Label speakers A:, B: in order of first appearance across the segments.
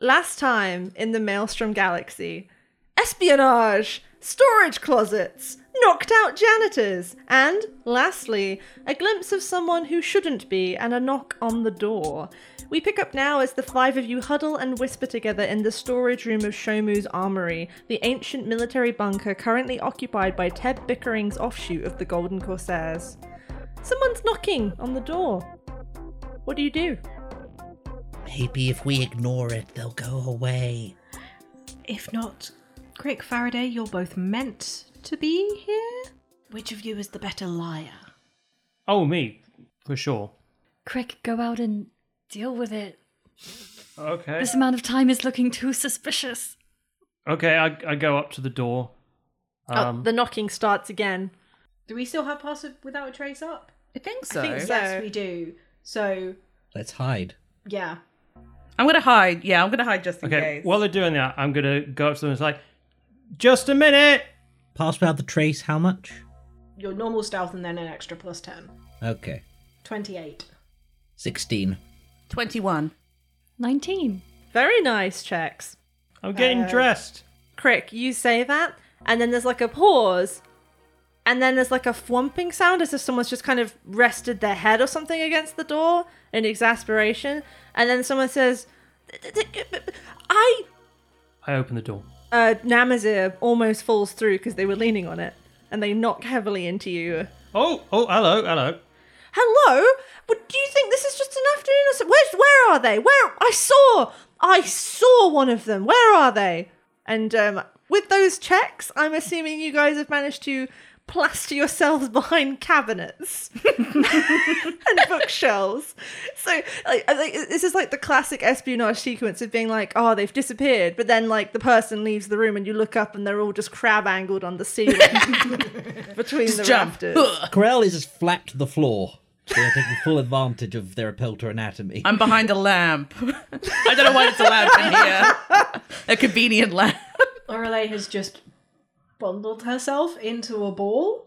A: Last time in the Maelstrom Galaxy, espionage, storage closets, knocked out janitors, and, lastly, a glimpse of someone who shouldn't be and a knock on the door. We pick up now as the five of you huddle and whisper together in the storage room of Shomu's armory, the ancient military bunker currently occupied by Teb Bickering's offshoot of the Golden Corsairs. Someone's knocking on the door. What do you do?
B: Maybe if we ignore it, they'll go away.
C: If not, Crick Faraday, you're both meant to be here? Which of you is the better liar?
D: Oh, me, for sure.
E: Crick, go out and deal with it.
D: Okay.
E: This amount of time is looking too suspicious.
D: Okay, I, I go up to the door. Um,
A: oh, the knocking starts again.
C: Do we still have Pass Without a Trace up?
F: I think so.
A: I think so.
C: Yes, we do. So,
B: Let's hide.
C: yeah.
F: I'm gonna hide. Yeah, I'm gonna hide just in
D: okay,
F: case.
D: while they're doing that, I'm going to go up to them and say, just a minute!
B: Pass without the trace, how much?
C: Your normal stealth and then an extra plus 10.
B: Okay.
C: 28.
B: 16.
F: 21.
E: 19.
A: Very nice checks.
D: I'm getting dressed.
A: Crick, you say that, and then there's like a pause, and then there's like a thwomping sound as if someone's just kind of rested their head or something against the door in exasperation, and then someone says, "I."
D: I open the door.
A: Uh, Namazir almost falls through because they were leaning on it, and they knock heavily into you.
D: Oh, oh, hello, hello.
A: Hello? What do you think this is just an afternoon? Or so? Where's where are they? Where I saw, I saw one of them. Where are they? And um, with those checks, I'm assuming you guys have managed to plaster yourselves behind cabinets and bookshelves. So like, I think this is like the classic espionage sequence of being like, oh, they've disappeared, but then like the person leaves the room and you look up and they're all just crab angled on the ceiling between the
F: jump.
A: rafters.
B: Corel is just flat to the floor. They are taking full advantage of their pelter anatomy.
F: I'm behind a lamp. I don't know why it's a lamp in here. A convenient lamp.
C: Lorelei has just bundled herself into a ball.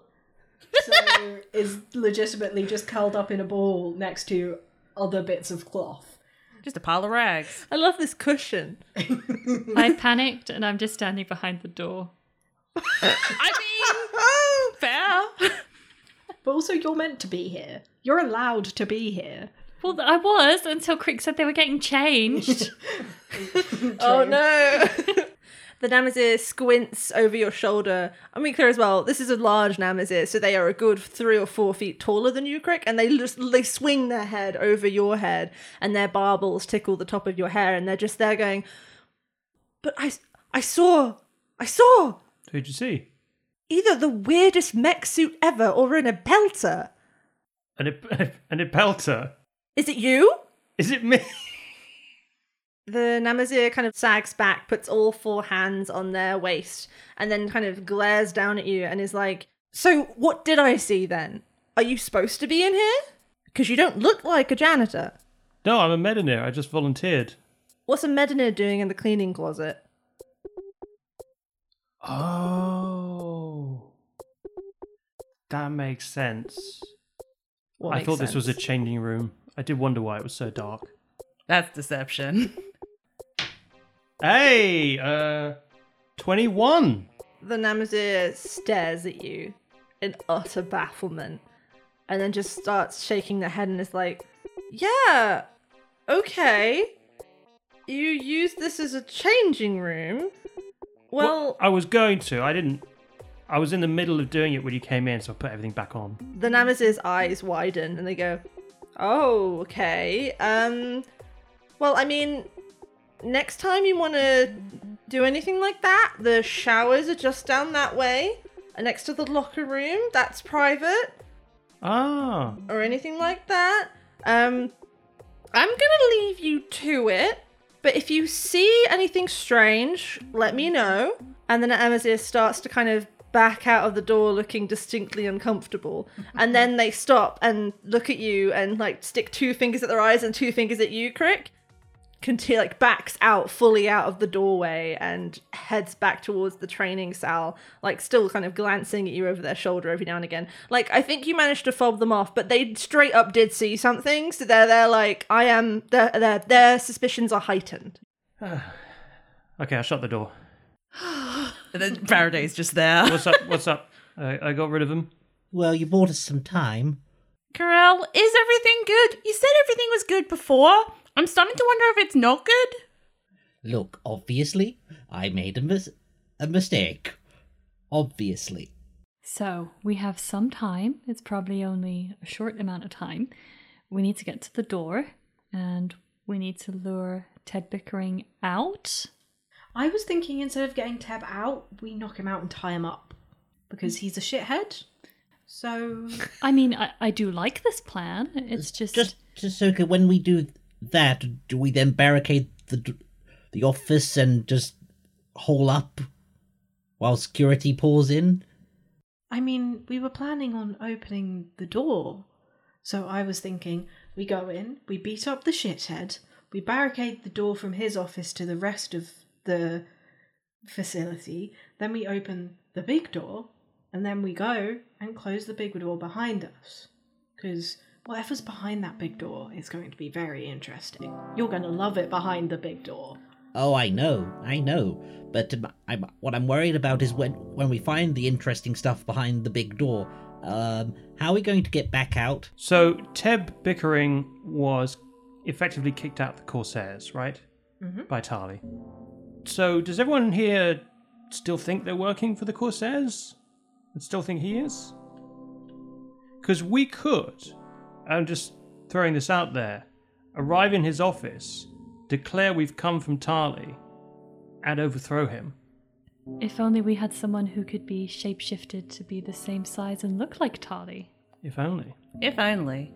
C: So is legitimately just curled up in a ball next to other bits of cloth.
F: Just a pile of rags.
A: I love this cushion.
E: I panicked and I'm just standing behind the door.
F: I mean, fair.
C: But also, you're meant to be here. You're allowed to be here.
E: Well, th- I was until Crick said they were getting changed.
A: Oh no! the Namazir squints over your shoulder. I mean, clear as well. This is a large Namazir, so they are a good three or four feet taller than you, Crick, and they just they swing their head over your head, and their barbels tickle the top of your hair, and they're just there going. But I, I saw, I saw
D: Who'd you see?
A: either the weirdest mech suit ever or in a belter.
D: An, imp- an impelter.
A: Is it you?
D: Is it me?
A: The Namazir kind of sags back, puts all four hands on their waist, and then kind of glares down at you and is like, So, what did I see then? Are you supposed to be in here? Because you don't look like a janitor.
D: No, I'm a Medinir. I just volunteered.
A: What's a Medinir doing in the cleaning closet?
D: Oh. That makes sense.
A: What
D: I
A: makes
D: thought this was a
A: sense?
D: changing room. I did wonder why it was so dark.
F: That's deception.
D: Hey, uh, 21.
A: The Namazir stares at you in utter bafflement and then just starts shaking their head and is like, Yeah, okay. You use this as a changing room. Well,
D: I was going to. I didn't. I was in the middle of doing it when you came in, so I put everything back on.
A: the Namazir's eyes widen and they go, Oh, okay. Um, well, I mean, next time you want to do anything like that, the showers are just down that way. uh, Next to the locker room, that's private.
D: Ah,
A: or anything like that. Um, I'm gonna leave you to it, but if you see anything strange, let me know. And then Amazir starts to kind of back out of the door looking distinctly uncomfortable. And then they stop and look at you and like stick two fingers at their eyes and two fingers at you, Crick. Conti- like backs out fully out of the doorway and heads back towards the training cell, like still kind of glancing at you over their shoulder every now and again. Like I think you managed to fob them off, but they straight up did see something, so they're they're like I am their their their suspicions are heightened.
D: Okay, I shut the door.
F: And then Faraday's just there.
D: What's up? What's up? I, I got rid of him.
B: Well, you bought us some time.
F: Corel, is everything good? You said everything was good before. I'm starting to wonder if it's not good.
B: Look, obviously, I made a, mis- a mistake. Obviously.
E: So we have some time. It's probably only a short amount of time. We need to get to the door and we need to lure Ted Bickering out.
C: I was thinking instead of getting Teb out, we knock him out and tie him up because he's a shithead. So
E: I mean, I, I do like this plan. It's just,
B: Just, just so okay, when we do that, do we then barricade the d- the office and just hole up while security pours in?
C: I mean, we were planning on opening the door. So I was thinking, we go in, we beat up the shithead, we barricade the door from his office to the rest of the facility, then we open the big door, and then we go and close the big door behind us. Because whatever's behind that big door is going to be very interesting. You're going to love it behind the big door.
B: Oh, I know, I know. But um, I'm, what I'm worried about is when when we find the interesting stuff behind the big door. Um, how are we going to get back out?
D: So Teb Bickering was effectively kicked out of the Corsairs, right? By Tali. So does everyone here still think they're working for the Corsairs? And still think he is? Because we could, I'm just throwing this out there, arrive in his office, declare we've come from Tali, and overthrow him.
E: if only we had someone who could be shapeshifted to be the same size and look like Tali.
D: If only.
F: If only.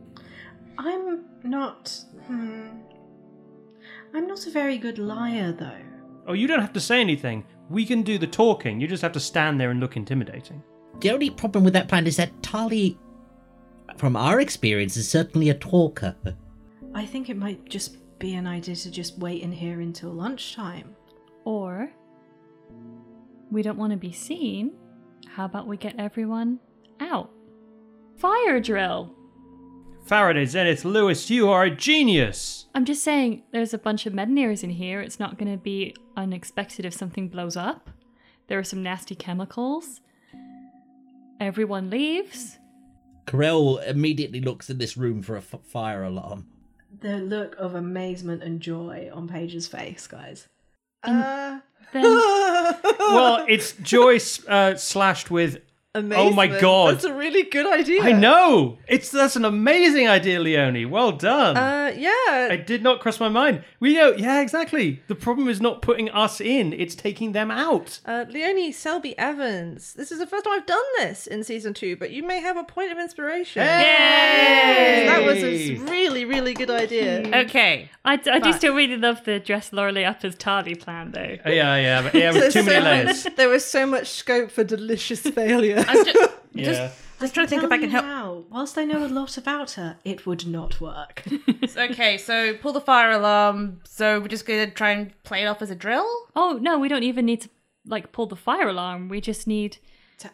C: I'm not. Hmm, I'm not a very good liar, though.
D: Oh, you don't have to say anything. We can do the talking. You just have to stand there and look intimidating.
B: The only problem with that plan is that Tali, from our experience, is certainly a talker.
C: I think it might just be an idea to just wait in here until lunchtime.
E: Or we don't want to be seen. How about we get everyone out? Fire drill!
D: Faraday, Zenith, Lewis, you are a genius!
E: I'm just saying, there's a bunch of Medinirs in here. It's not going to be unexpected if something blows up. There are some nasty chemicals. Everyone leaves.
B: Corel immediately looks in this room for a f- fire alarm.
C: The look of amazement and joy on Paige's face, guys.
A: Uh,
E: Then
D: well, it's joy s- uh, slashed with.
A: amazing.
D: Oh my god!
A: that's a really good idea.
D: I know. It's that's an amazing idea, Leone. Well done.
A: Uh,
D: I
A: yeah,
D: did not cross my mind. We know. Yeah, exactly. The problem is not putting us in; it's taking them out.
A: uh, Leonie Selby Evans. This is the first time I've done this in season two, but you may have a point of inspiration.
D: Hey!
A: That was a really, really good idea.
F: Okay.
E: I, I do still really love the dress Lorelei up as Tali plan, though.
D: Oh, Yeah, yeah, but yeah. With too many
A: so-
D: layers.
A: There was so much scope for delicious failure.
F: I'm just,
D: Yeah.
F: just trying to think if I can help.
C: Now, whilst I know a lot about her, it would not work.
F: Okay, so pull the fire alarm. So we're just going to try and play it off as a drill?
E: Oh, no, we don't even need to, like, pull the fire alarm. We just need.
C: to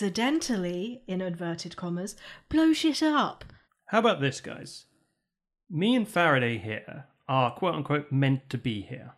C: accidentally, in inverted commas, blow shit up.
D: How about this, guys? Me and Faraday here are quote unquote meant to be here.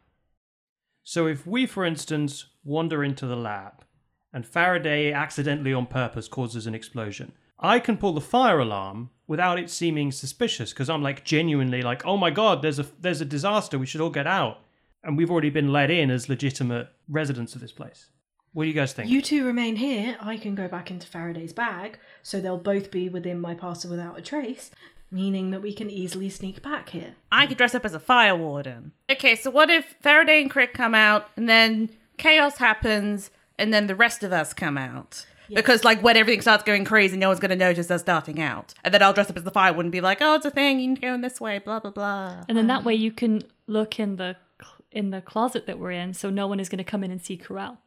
D: So if we, for instance, wander into the lab and Faraday accidentally on purpose causes an explosion, I can pull the fire alarm without it seeming suspicious because I'm like genuinely like, oh my god, there's a there's a disaster, we should all get out. And we've already been let in as legitimate residents of this place. What do you guys think?
C: You two remain here. I can go back into Faraday's bag, so they'll both be within my parcel without a trace, meaning that we can easily sneak back here.
F: I could dress up as a fire warden. Okay, so what if Faraday and Crick come out and then chaos happens and then the rest of us come out? Because like when everything starts going crazy, no one's going to notice us starting out, and then I'll dress up as the firewood and be like, "Oh, it's a thing. You can go in this way." Blah blah blah.
E: And then that way you can look in the cl- in the closet that we're in, so no one is going to come in and see Corral.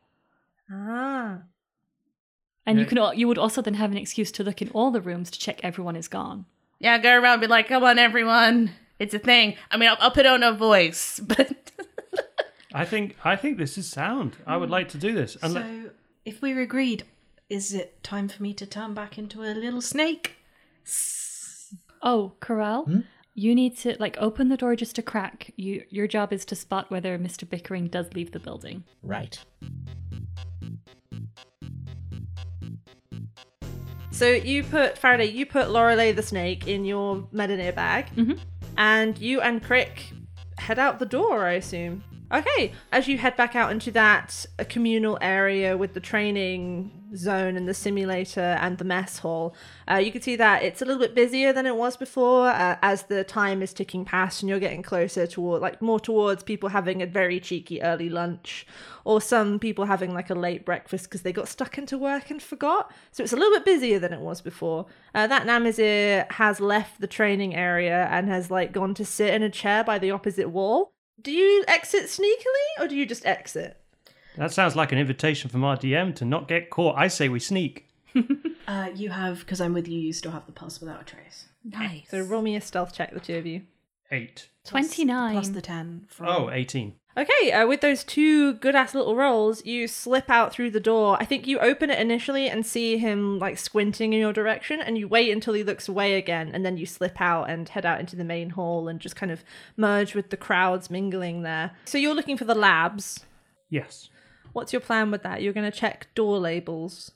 A: Ah.
E: And you
D: Yeah.
E: can al- you would also then have an excuse to look in all the rooms to check everyone is gone.
F: Yeah, go around and be like, "Come on, everyone, it's a thing." I mean, I'll, I'll put on a voice, but
D: I think I think this is sound. I would like to do this. And le-
C: Mm. So, if we're agreed, is it time for me to turn back into a little snake?
E: Oh, Corral, you need to like open the door just a crack. You your job is to spot whether Mr. Bickering does leave the building.
B: Right.
A: So you put Faraday, you put Lorelei the snake in your Medinir bag, and you and Crick head out the door. I assume. Okay, as you head back out into that uh, communal area with the training zone and the simulator and the mess hall, uh, you can see that it's a little bit busier than it was before uh, as the time is ticking past and you're getting closer toward, like, more towards people having a very cheeky early lunch or some people having like a late breakfast because they got stuck into work and forgot. So it's a little bit busier than it was before. Uh, that Namazir has left the training area and has like gone to sit in a chair by the opposite wall. Do you exit sneakily or do you just exit?
D: that sounds like an invitation from our DM to not get caught. I say we sneak.
C: Uh, you have, because I'm with you, you still have the pulse without a trace.
F: nice.
A: So roll me a stealth check, the two of you.
D: Eight.
C: Plus-
E: Twenty nine.
C: Plus the 10 from.
D: Oh, 18.
A: Okay, uh, with those two good ass little rolls, you slip out through the door. I think you open it initially and see him like squinting in your direction, and you wait until he looks away again, and then you slip out and head out into the main hall and just kind of merge with the crowds mingling there. So you're looking for the labs.
D: Yes.
A: What's your plan with that? You're going to check door labels.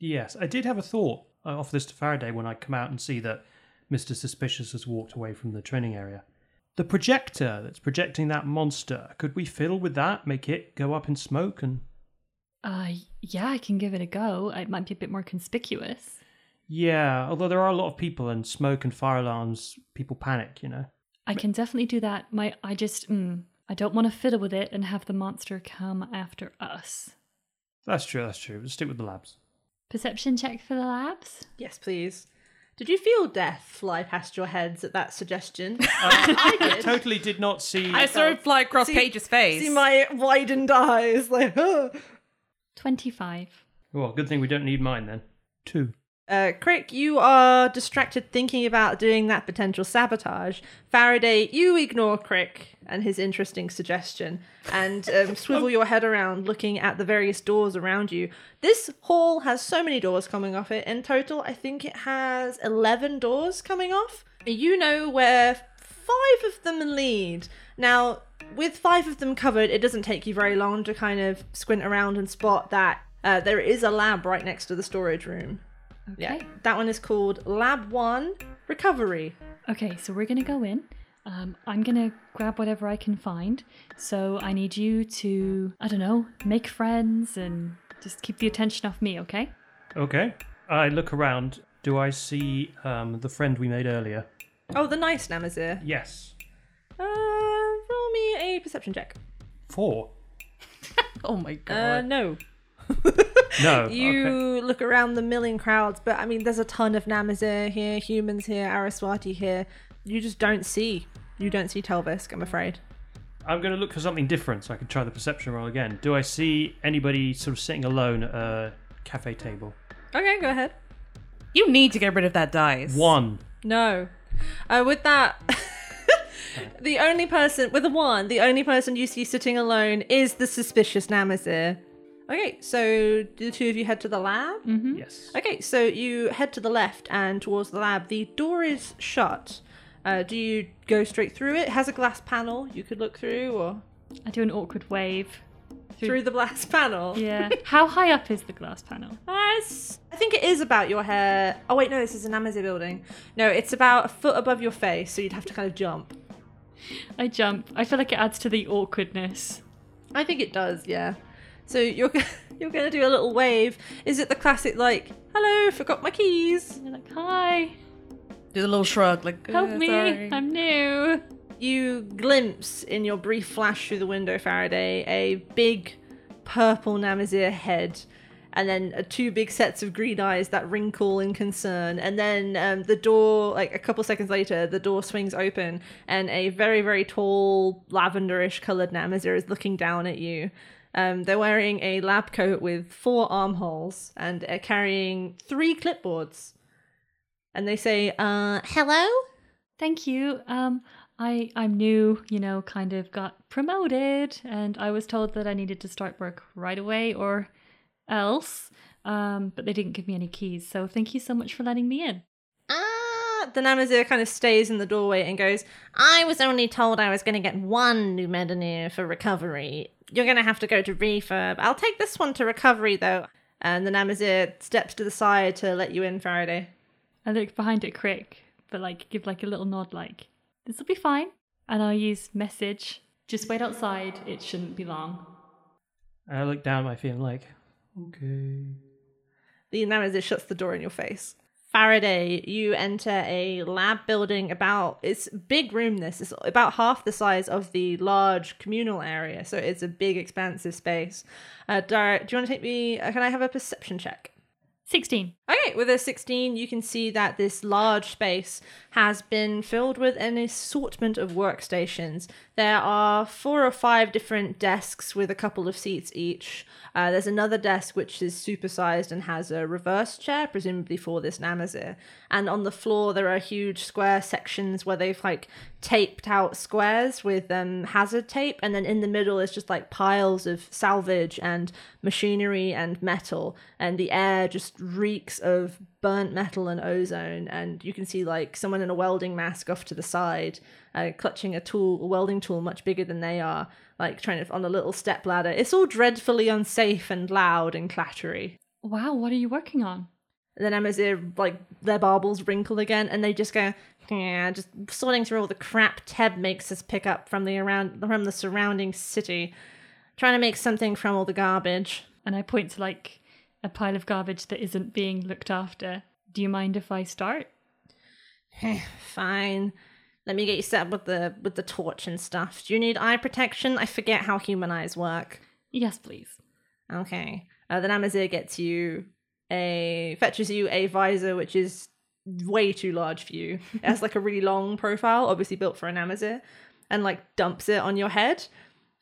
D: Yes. I did have a thought. I offer this to Faraday when I come out and see that Mr. Suspicious has walked away from the training area. The projector that's projecting that monster, could we fiddle with that, make it go up in smoke and
E: Uh, yeah, I can give it a go. It might be a bit more conspicuous.
D: Yeah, although there are a lot of people and smoke and fire alarms, people panic, you know.
E: I can definitely do that. My, I just, mm, I don't want to fiddle with it and have the monster come after us.
D: That's true, that's true. Let's stick with the labs.
E: Perception check for the labs.
A: Yes, please. Did you feel death fly past your heads at that suggestion? I did.
D: Totally did not see
F: I saw it fly across
A: See-
F: Paige's face.
A: See my widened eyes, like. huh.
E: Twenty-five.
D: Well, good thing we don't need mine then. Two.
A: Uh, Crick, you are distracted thinking about doing that potential sabotage. Faraday, you ignore Crick and his interesting suggestion and um, swivel your head around looking at the various doors around you. This hall has so many doors coming off it. In total, I think it has 11 doors coming off. You know where five of them lead. Now, with five of them covered, it doesn't take you very long to kind of squint around and spot that uh, there is a lab right next to the storage room. Yeah.
E: Okay.
A: That one is called Lab One Recovery.
E: Okay, so we're gonna go in. Um, I'm gonna grab whatever I can find. So I need you to, I don't know, make friends and just keep the attention off me. Okay.
D: Okay. I look around. Do I see um, the friend we made earlier?
A: Oh, the nice Namazir.
D: Yes.
A: Uh, roll me a perception check.
D: Four.
F: oh my god.
A: Uh, no.
D: No.
A: You
D: Okay.
A: look around the milling crowds, but I mean, there's a ton of Namazir here, humans here, Araswati here. You just don't see. You don't see Telvisk, I'm afraid.
D: I'm going to look for something different so I can try the perception roll again. Do I see anybody sort of sitting alone at a cafe table?
A: Okay, go ahead.
F: you need to get rid of that dice.
D: One.
A: No. Uh, with that, the only person, with a one, the only person you see sitting alone is the suspicious Namazir. Okay, so do the two of you head to the lab?
D: Yes.
A: Okay, so you head to the left and towards the lab. The door is shut. Uh, do you go straight through it? It has a glass panel you could look through, or
E: I do an awkward wave.
A: through, the glass panel.
E: Yeah. How high up is the glass panel?
A: Uh, it's- I think it is about your hair. Oh, wait, no, this is an Amazon building. No, it's about a foot above your face, so you'd have to kind of jump.
E: I jump. I feel like it adds to the awkwardness.
A: I think it does, yeah. So you're g- you're gonna do a little wave. Is it the classic like, "Hello, forgot my keys"?
E: You're like, hi,
F: Do the little shrug, like
E: help
F: "Uh,
E: me,
F: sorry."
E: I'm new.
A: You glimpse in your brief flash through the window, Faraday, a big purple Namazir head, and then uh, two big sets of green eyes that wrinkle in concern. And then um, the door, like a couple seconds later, the door swings open, and a very, very tall, lavenderish colored Namazir is looking down at you. Um, they're wearing a lab coat with four armholes and are carrying three clipboards. And they say, uh, hello?
E: Thank you. Um, I I'm new, you know, kind of got promoted, and I was told that I needed to start work right away or else. Um, but they didn't give me any keys, so thank you so much for letting me in.
A: Ah, the Namazir kind of stays in the doorway and goes, I was only told I was going to get one new Medinir for recovery. You're going to have to go to refurb. I'll take this one to recovery, though. And the Namazir steps to the side to let you in, Faraday.
E: I look behind at Crick, but like give like a little nod, like this will be fine. And I'll use message. Just wait outside. It shouldn't be long.
D: And I look down at my feet. I'm like, okay.
A: The Namazir shuts the door in your face. Faraday, you enter a lab building about it's a big room this is about half the size of the large communal area so it's a big expansive space uh Dara, do you want to take me uh, can i have a perception check
E: Sixteen.
A: Okay, with a 16, you can see that this large space has been filled with an assortment of workstations. There are four or five different desks with a couple of seats each. Uh, there's another desk which is supersized and has a reverse chair, presumably for this Namazir. And on the floor, there are huge square sections where they've like taped out squares with um, hazard tape. And then in the middle is just like piles of salvage and machinery and metal. And the air just reeks of burnt metal and ozone. And you can see like someone in a welding mask off to the side, uh, clutching a tool, a welding tool much bigger than they are, like trying to on a little step ladder. It's all dreadfully unsafe and loud and clattery.
E: Wow, what are you working on?
A: And then Amazir, like, their barbels wrinkle again, and they just go, yeah, just sorting through all the crap Teb makes us pick up from the around from the surrounding city, trying to make something from all the garbage.
E: And I point to like a pile of garbage that isn't being looked after. Do you mind if I start?
A: Fine, let me get you set up with the with the torch and stuff. Do you need eye protection? I forget how human eyes work.
E: Yes, please.
A: Okay. Uh, then Amazir gets you a fetches you a visor which is way too large for you. It has like a really long profile, obviously built for an Amazir, and like dumps it on your head,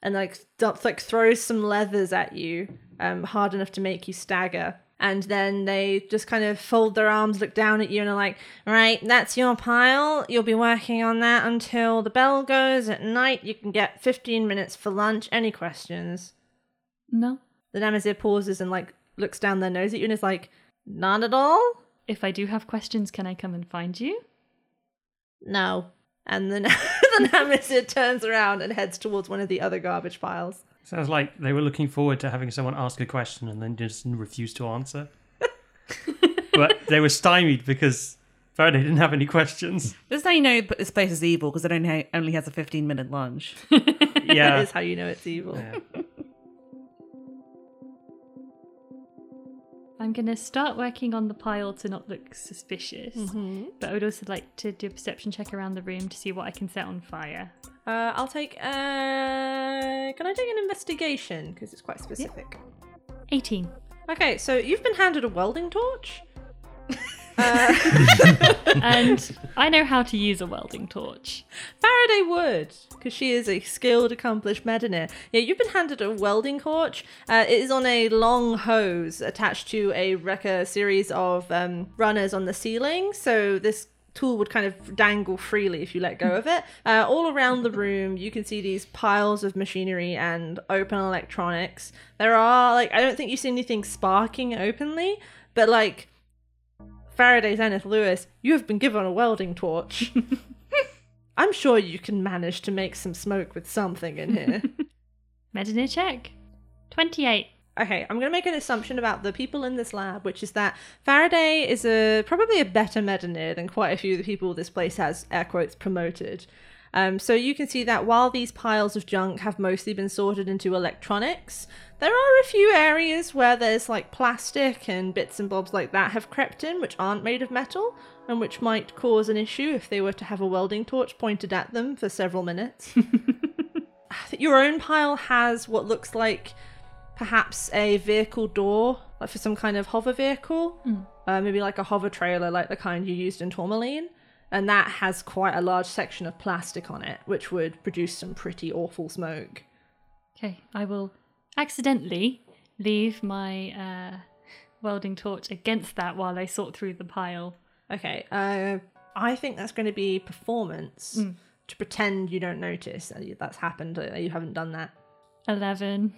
A: and like dumps like throws some leathers at you, um, hard enough to make you stagger. And then they just kind of fold their arms, look down at you, and are like, "Right, that's your pile. You'll be working on that until the bell goes at night. You can get fifteen minutes for lunch. Any questions?"
E: No.
A: The Namazir pauses and like looks down their nose at you and is like, "None at all."
E: If I do have questions, can I come and find you?
A: No. And then the Namazir turns around and heads towards one of the other garbage piles.
D: Sounds like they were looking forward to having someone ask a question and then just refuse to answer. but they were stymied because Faraday didn't have any questions.
F: This is how you know but this place is evil because it only, ha- only has a 15 minute lunch.
A: That
D: Yeah.
A: is how you know it's evil.
E: I'm gonna start working on the pile to not look suspicious, but I would also like to do a perception check around the room to see what I can set on fire.
A: Uh, I'll take. Uh, can I take an investigation because it's quite specific?
E: 18.
A: Okay, so you've been handed a welding torch.
E: and I know how to use a welding torch.
A: Faraday would, because she is a skilled, accomplished mediner. Yeah, you've been handed a welding torch. Uh, it is on a long hose attached to a wrecker series of um, runners on the ceiling, so this tool would kind of dangle freely if you let go of it. Uh, all around the room, you can see these piles of machinery and open electronics. There are, like, I don't think you see anything sparking openly, but like, Faraday's Zenith Lewis, you have been given a welding torch. I'm sure you can manage to make some smoke with something in here.
E: Medinir check. 28.
A: okay, I'm going to make an assumption about the people in this lab, which is that Faraday is a probably a better medinir than quite a few of the people this place has air quotes promoted. Um, so you can see that while these piles of junk have mostly been sorted into electronics, there are a few areas where there's like plastic and bits and bobs like that have crept in, which aren't made of metal and which might cause an issue if they were to have a welding torch pointed at them for several minutes. your own pile has what looks like perhaps a vehicle door, like for some kind of hover vehicle, uh, maybe like a hover trailer, like the kind you used in Tourmaline. And that has quite a large section of plastic on it, which would produce some pretty awful smoke.
E: Okay, I will accidentally leave my uh, welding torch against that while I sort through the pile.
A: Okay, uh, I think that's going to be performance to pretend you don't notice that you- that's happened, uh, you haven't done that.
E: 11.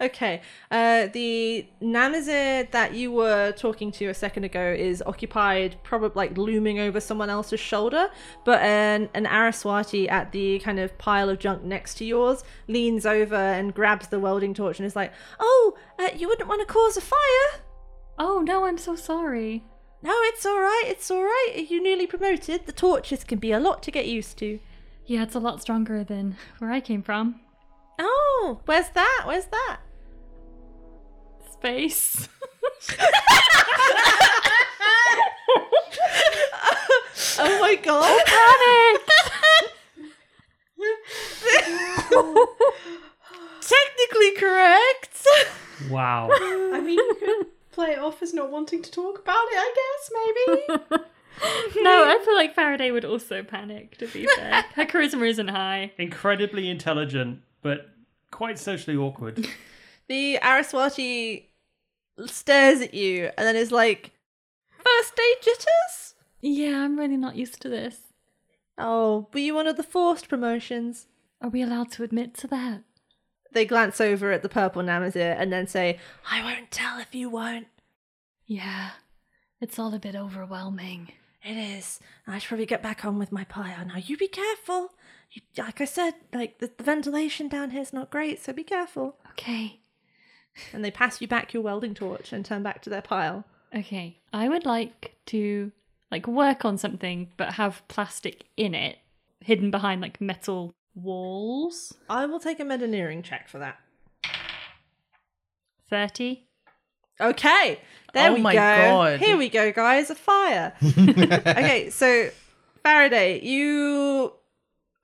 A: Okay. Uh, the Namazir that you were talking to a second ago is occupied, probably like looming over someone else's shoulder. But an, an Araswati at the kind of pile of junk next to yours leans over and grabs the welding torch and is like, "Oh, uh, you wouldn't want to cause a fire?
E: Oh no, I'm so sorry.
A: No, it's all right. It's all right. Are you newly promoted? The torches can be a lot to get used to."
E: Yeah, it's a lot stronger than where I came from.
A: Oh, where's that? Where's that?
E: Space.
A: oh my god! Technically correct.
D: Wow.
C: I mean, you could play it off as not wanting to talk about it, I guess, maybe.
E: no, I feel like Faraday would also panic, to be fair. Her charisma isn't high.
D: Incredibly intelligent, but quite socially awkward.
A: The Araswati stares at you and then is like, "First day jitters."
E: Yeah, I'm really not used to this.
A: Oh, were you one of the forced promotions?
E: Are we allowed to admit to that?
A: They glance over at the purple Namazir and then say, "I won't tell if you won't."
E: Yeah, it's all a bit overwhelming.
A: It is. I should probably get back on with my pile now. You be careful. You, like I said, like the, the ventilation down here's not great, so be careful.
E: Okay.
A: And they pass you back your welding torch and turn back to their pile.
E: Okay. I would like to like work on something but have plastic in it hidden behind like metal walls.
A: I will take a metaneering check for that.
E: 30.
A: Okay, there
F: Oh
A: we
F: my
A: go.
F: God.
A: Here we go, guys. A fire. okay, so Faraday, you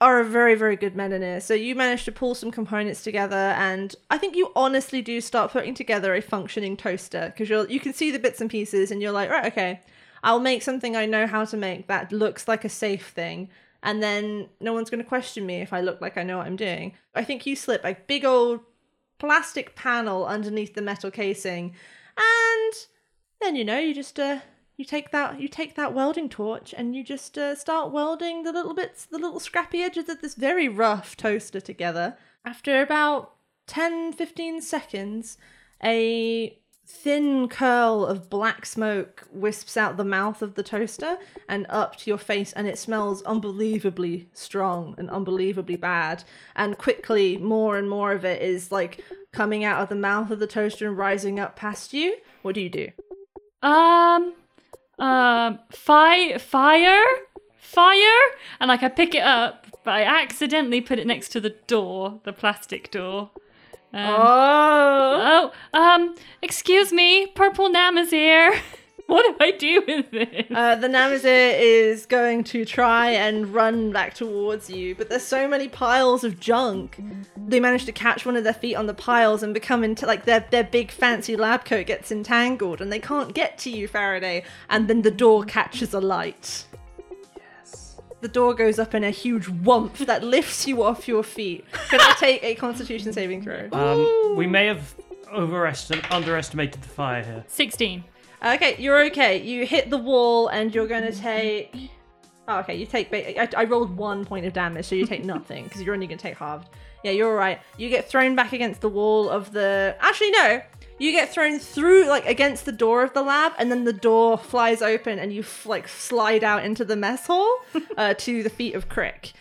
A: are a very, very good metaneer. So you managed to pull some components together, and I think you honestly do start putting together a functioning toaster because you are you can see the bits and pieces, and you're like, right, okay, I'll make something I know how to make that looks like a safe thing. And then no one's going to question me if I look like I know what I'm doing. I think you slip a big old plastic panel underneath the metal casing and then you know you just uh you take that you take that welding torch and you just uh, start welding the little bits the little scrappy edges of this very rough toaster together after about 10 15 seconds a thin curl of black smoke wisps out the mouth of the toaster and up to your face and it smells unbelievably strong and unbelievably bad and quickly more and more of it is like coming out of the mouth of the toaster and rising up past you what do you do
E: Um um fi- fire fire and like I pick it up but I accidentally put it next to the door, the plastic door. Um,
A: oh
E: Oh, um, excuse me, Purple Nam is here. what do I do with this?
A: uh, the Namazir is going to try and run back towards you, but there's so many piles of junk. They manage to catch one of their feet on the piles and become into like their their big fancy lab coat gets entangled and they can't get to you, Faraday. And then the door catches alight. The door goes up in a huge whomp that lifts you off your feet. Can I take a Constitution saving throw?
D: Um, we may have overestim- underestimated the fire here.
E: 16.
A: Okay, you're okay. You hit the wall and you're going to take. Oh, okay, you take. Ba- I, I rolled one point of damage, so you take nothing because you're only going to take halved. Yeah, you're alright. You get thrown back against the wall of the. Actually, no. You get thrown through, like, against the door of the lab, and then the door flies open and you, f- like, slide out into the mess hall uh, to the feet of Crick.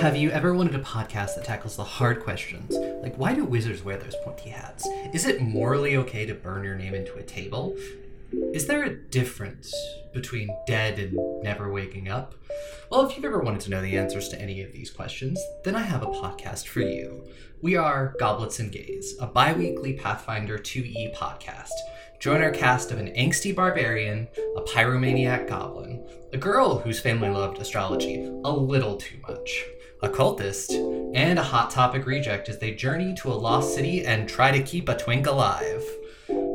G: Have you ever wanted a podcast that tackles the hard questions? Like, why do wizards wear those pointy hats? Is it morally okay to burn your name into a table? Is there a difference between dead and never waking up? Well, if you've ever wanted to know the answers to any of these questions, then I have a podcast for you. We are Goblets and Gaze, a bi weekly Pathfinder 2E podcast. Join our cast of an angsty barbarian, a pyromaniac goblin, a girl whose family loved astrology a little too much, a cultist, and a Hot Topic reject as they journey to a lost city and try to keep a twink alive.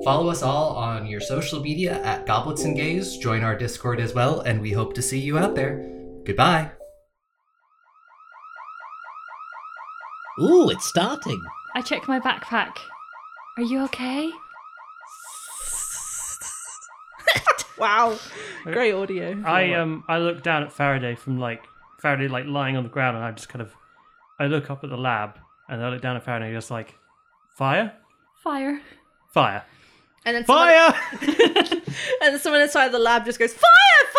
G: Follow us all on your social media at Goblets and Gaze, join our Discord as well, and we hope to see you out there. Goodbye.
B: Ooh, it's starting.
E: I check my backpack. Are you okay?
A: Wow. Great audio.
D: I um I look down at Faraday from like Faraday like lying on the ground, and I just kind of I look up at the lab, and I look down at Faraday, just like fire,
E: Fire.
D: fire,
A: And then someone-
D: fire.
A: and someone inside the lab just goes fire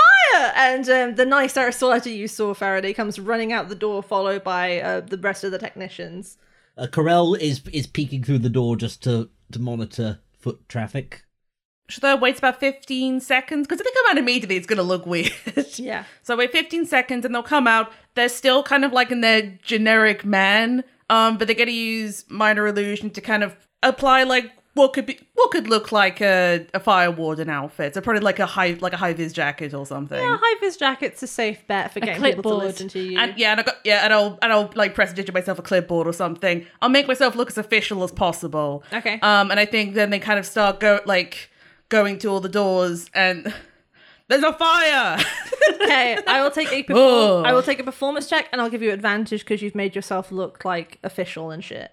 A: fire and um, the nice aristolata you saw faraday comes running out the door followed by uh, the rest of the technicians
B: Uh, Corell is is peeking through the door just to to monitor foot traffic.
F: Should I wait about 15 seconds? Because if they come out immediately, it's going to look weird.
A: yeah
F: so wait 15 seconds and they'll come out. They're still kind of like in their generic man, um, but they're going to use minor illusion to kind of apply like what could be what could look like a, a fire warden outfit. So probably like a high like a high vis jacket or something.
A: a high vis jacket's a safe bet for getting people to
E: clipboard.
A: listen to you
F: And yeah, and I got yeah, and I'll and I'll like press digit myself a clipboard or something. I'll make myself look as official as possible.
A: Okay.
F: Um, and I think then they kind of start go like going to all the doors and there's a fire.
A: okay i will take a
F: Oh.
A: perform- i will take a performance check and i'll give you advantage because you've made yourself look like official and shit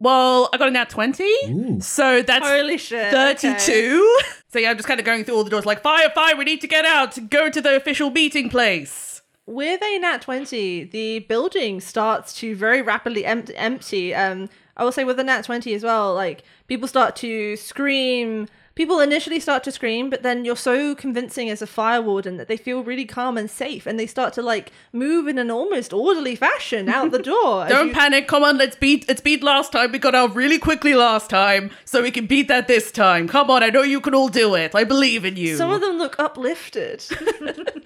F: well, I got an out twenty, so that's
A: holy shit okay.
F: thirty-two. So yeah, I'm just kind of going through all the doors like fire, fire. We need to get out. Go to the official meeting place.
A: With a nat 20, the building starts to very rapidly em- empty. Um, I will say with a nat 20 as well, like people start to scream. People initially start to scream, but then you're so convincing as a fire warden that they feel really calm and safe and they start to like move in an almost orderly fashion out the door. as
F: Don't
A: you-
F: panic. Come on, let's beat. Let's beat last time. We got out really quickly last time, so we can beat that this time. Come on, I know you can all do it. I believe in you.
A: Some of them look uplifted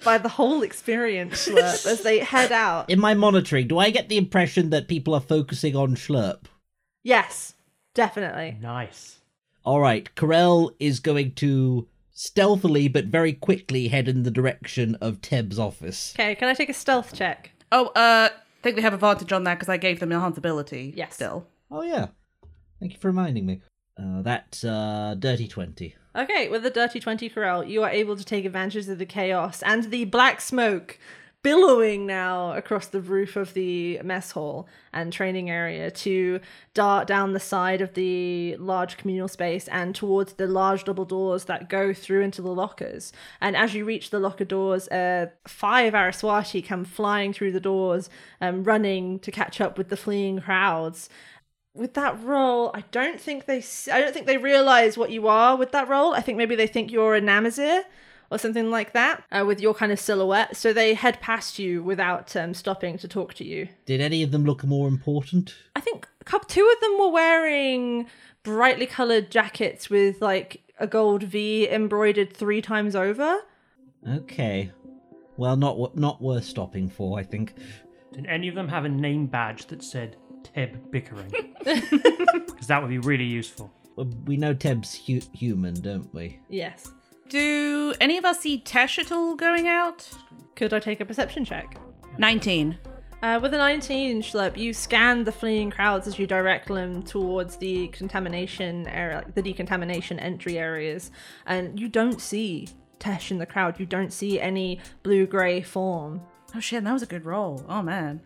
A: by the whole experience Slurp, as they head out.
B: In my monitoring, do I get the impression that people are focusing on Schlurp?
A: Yes, definitely.
D: nice.
B: All right, Corell is going to stealthily but very quickly head in the direction of Teb's office.
A: Okay, can I take a stealth check?
F: oh, uh, I think we have advantage on that because I gave them enhance ability.
A: Yes.
F: Still.
B: Oh yeah, thank you for reminding me. Uh, that's uh, dirty twenty.
A: Okay, with the Dirty 20 Corral, you are able to take advantage of the chaos and the black smoke billowing now across the roof of the mess hall and training area to dart down the side of the large communal space and towards the large double doors that go through into the lockers. And as you reach the locker doors, uh, five Araswati come flying through the doors, um, running to catch up with the fleeing crowds with that role, I don't think they s- I don't think they realize what you are with that role. I think maybe they think you're a Namazir or something like that uh, with your kind of silhouette. So they head past you without um, stopping to talk to you.
B: Did any of them look more important?
A: I think a coup- two of them were wearing brightly colored jackets with like a gold V embroidered three times over.
B: Okay, well, not wo- not worth stopping for, I think.
D: Did any of them have a name badge that said Teb Bickering? Because that would be really useful.
B: Well, Uh, We know Teb's hu- human, don't we?
A: Yes.
F: Do any of us see Tesh at all going out?
A: Could I take a perception check?
F: Nineteen.
A: Uh, with a 19 schlep, you scan the fleeing crowds as you direct them towards the contamination area, like the decontamination entry areas, and you don't see Tesh in the crowd. You don't see any blue grey form.
F: Oh shit, that was a good roll. Oh man.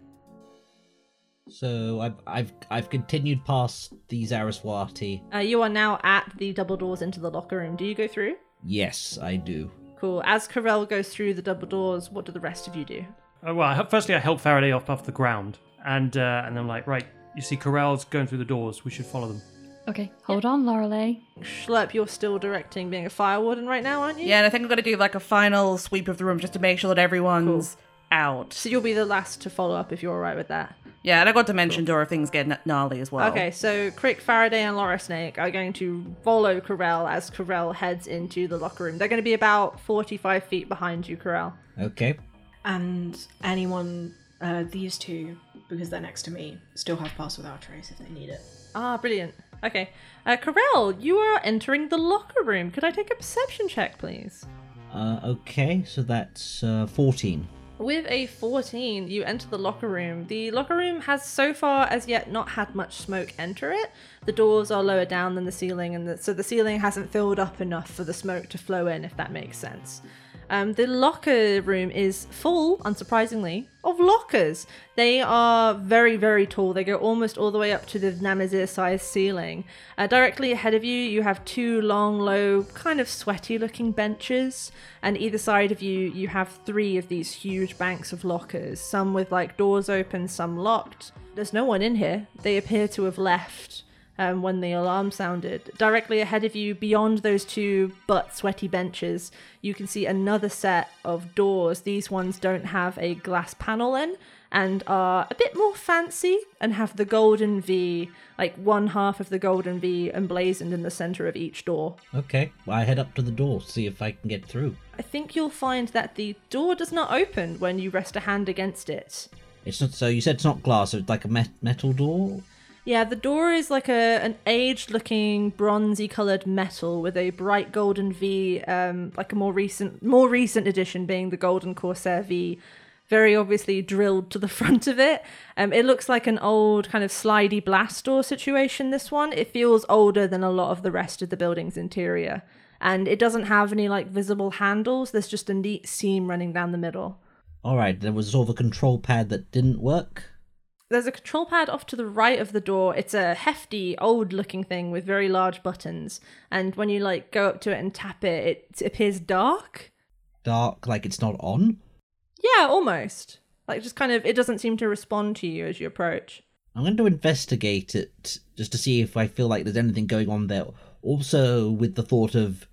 B: So I've I've I've continued past these Araswati.
A: Uh, you are now at the double doors into the locker room. Do you go through?
B: Yes, I do.
A: Cool. As Corell goes through the double doors, what do the rest of you do?
D: Oh, well, I help- firstly I help Faraday off off the ground, and uh, and I'm like, right, you see, Corell's going through the doors. We should follow them.
E: Okay, hold on, Lorelei.
A: Schlep, you're still directing being a fire warden right now, aren't you?
F: Yeah, and I think I'm gonna do like a final sweep of the room just to make sure that everyone's out.
A: So you'll be the last to follow up if you're alright with that.
F: Yeah, and I got dimension door if things get gna- gnarly as well.
A: Okay, so Crick, Faraday, and Laura Snake are going to follow Corell as Corell heads into the locker room. They're going to be about 45 feet behind you, Corell.
B: Okay.
C: And anyone, uh, these two, because they're next to me, still have Pass Without Trace if they need it.
A: Ah, brilliant. Okay. Uh, Corell, you are entering the locker room. Could I take a perception check, please?
B: Uh, okay, so that's uh, 14.
A: With a 14, you enter the locker room. The locker room has so far as yet not had much smoke enter it. The doors are lower down than the ceiling, and the, so the ceiling hasn't filled up enough for the smoke to flow in, if that makes sense. Um, the locker room is full, unsurprisingly, of lockers. They are very, very tall. They go almost all the way up to the Namazir sized ceiling. Uh, directly ahead of you, you have two long, low, kind of sweaty looking benches. And either side of you, you have three of these huge banks of lockers, some with like doors open, some locked. There's no one in here. They appear to have left um, when the alarm sounded. Directly ahead of you, beyond those two but sweaty benches, you can see another set of doors. These ones don't have a glass panel in and are a bit more fancy and have the golden V, like one half of the golden V emblazoned in the center of each door.
B: Okay, well, I head up to the door, see if I can get through.
A: I think you'll find that the door does not open when you rest a hand against it.
B: It's not so. You said it's not glass. so It's like a met- metal door.
A: Yeah, the door is like a an aged looking bronzy coloured metal with a bright golden V, um, like a more recent more recent edition being the golden Corsair V, very obviously drilled to the front of it. Um, it looks like an old kind of slidey blast door situation, this one. It feels older than a lot of the rest of the building's interior. And it doesn't have any like visible handles, there's just a neat seam running down the middle.
B: All right, there was sort of a control pad that didn't work.
A: There's a control pad off to the right of the door. It's a hefty, old looking thing with very large buttons. And when you like go up to it and tap it, it appears dark.
B: Dark, like it's not on.
A: Yeah, almost. Like just kind of, it doesn't seem to respond to you as you approach.
B: I'm going to investigate it just to see if I feel like there's anything going on there. Also, with the thought of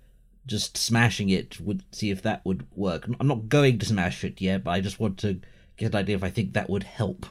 B: just smashing it, would see if that would work. I'm not going to smash it yet, but I just want to get an idea if I think that would help.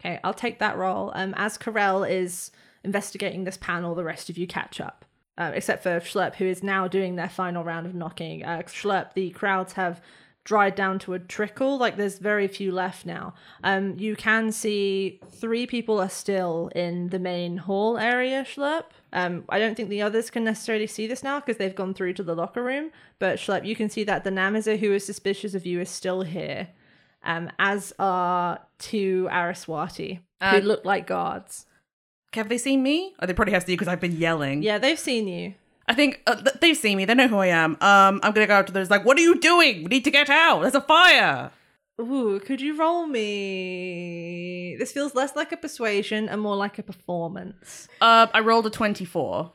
A: Okay, I'll take that role. Um, as Corell is investigating this panel, the rest of you catch up. Uh, except for Schlurp, who is now doing their final round of knocking. Uh, Schlurp, the crowds have dried down to a trickle. Like, there's very few left now. Um, you can see three people are still in the main hall area, Schlurp. Um, I don't think the others can necessarily see this now because they've gone through to the locker room. But Schlurp, you can see that the Namazer who is suspicious of you is still here um, as are two Araswati who
F: Uh,
A: look like guards.
F: Have they seen me? Oh, they probably have seen you because I've been yelling.
A: Yeah, they've seen you.
F: I think uh, th- they've seen me. They know who I am. Um, I'm gonna go out to those like, what are you doing? We need to get out. There's a fire.
A: Ooh, could you roll me? This feels less like a persuasion and more like a performance.
F: Uh, I rolled a 24.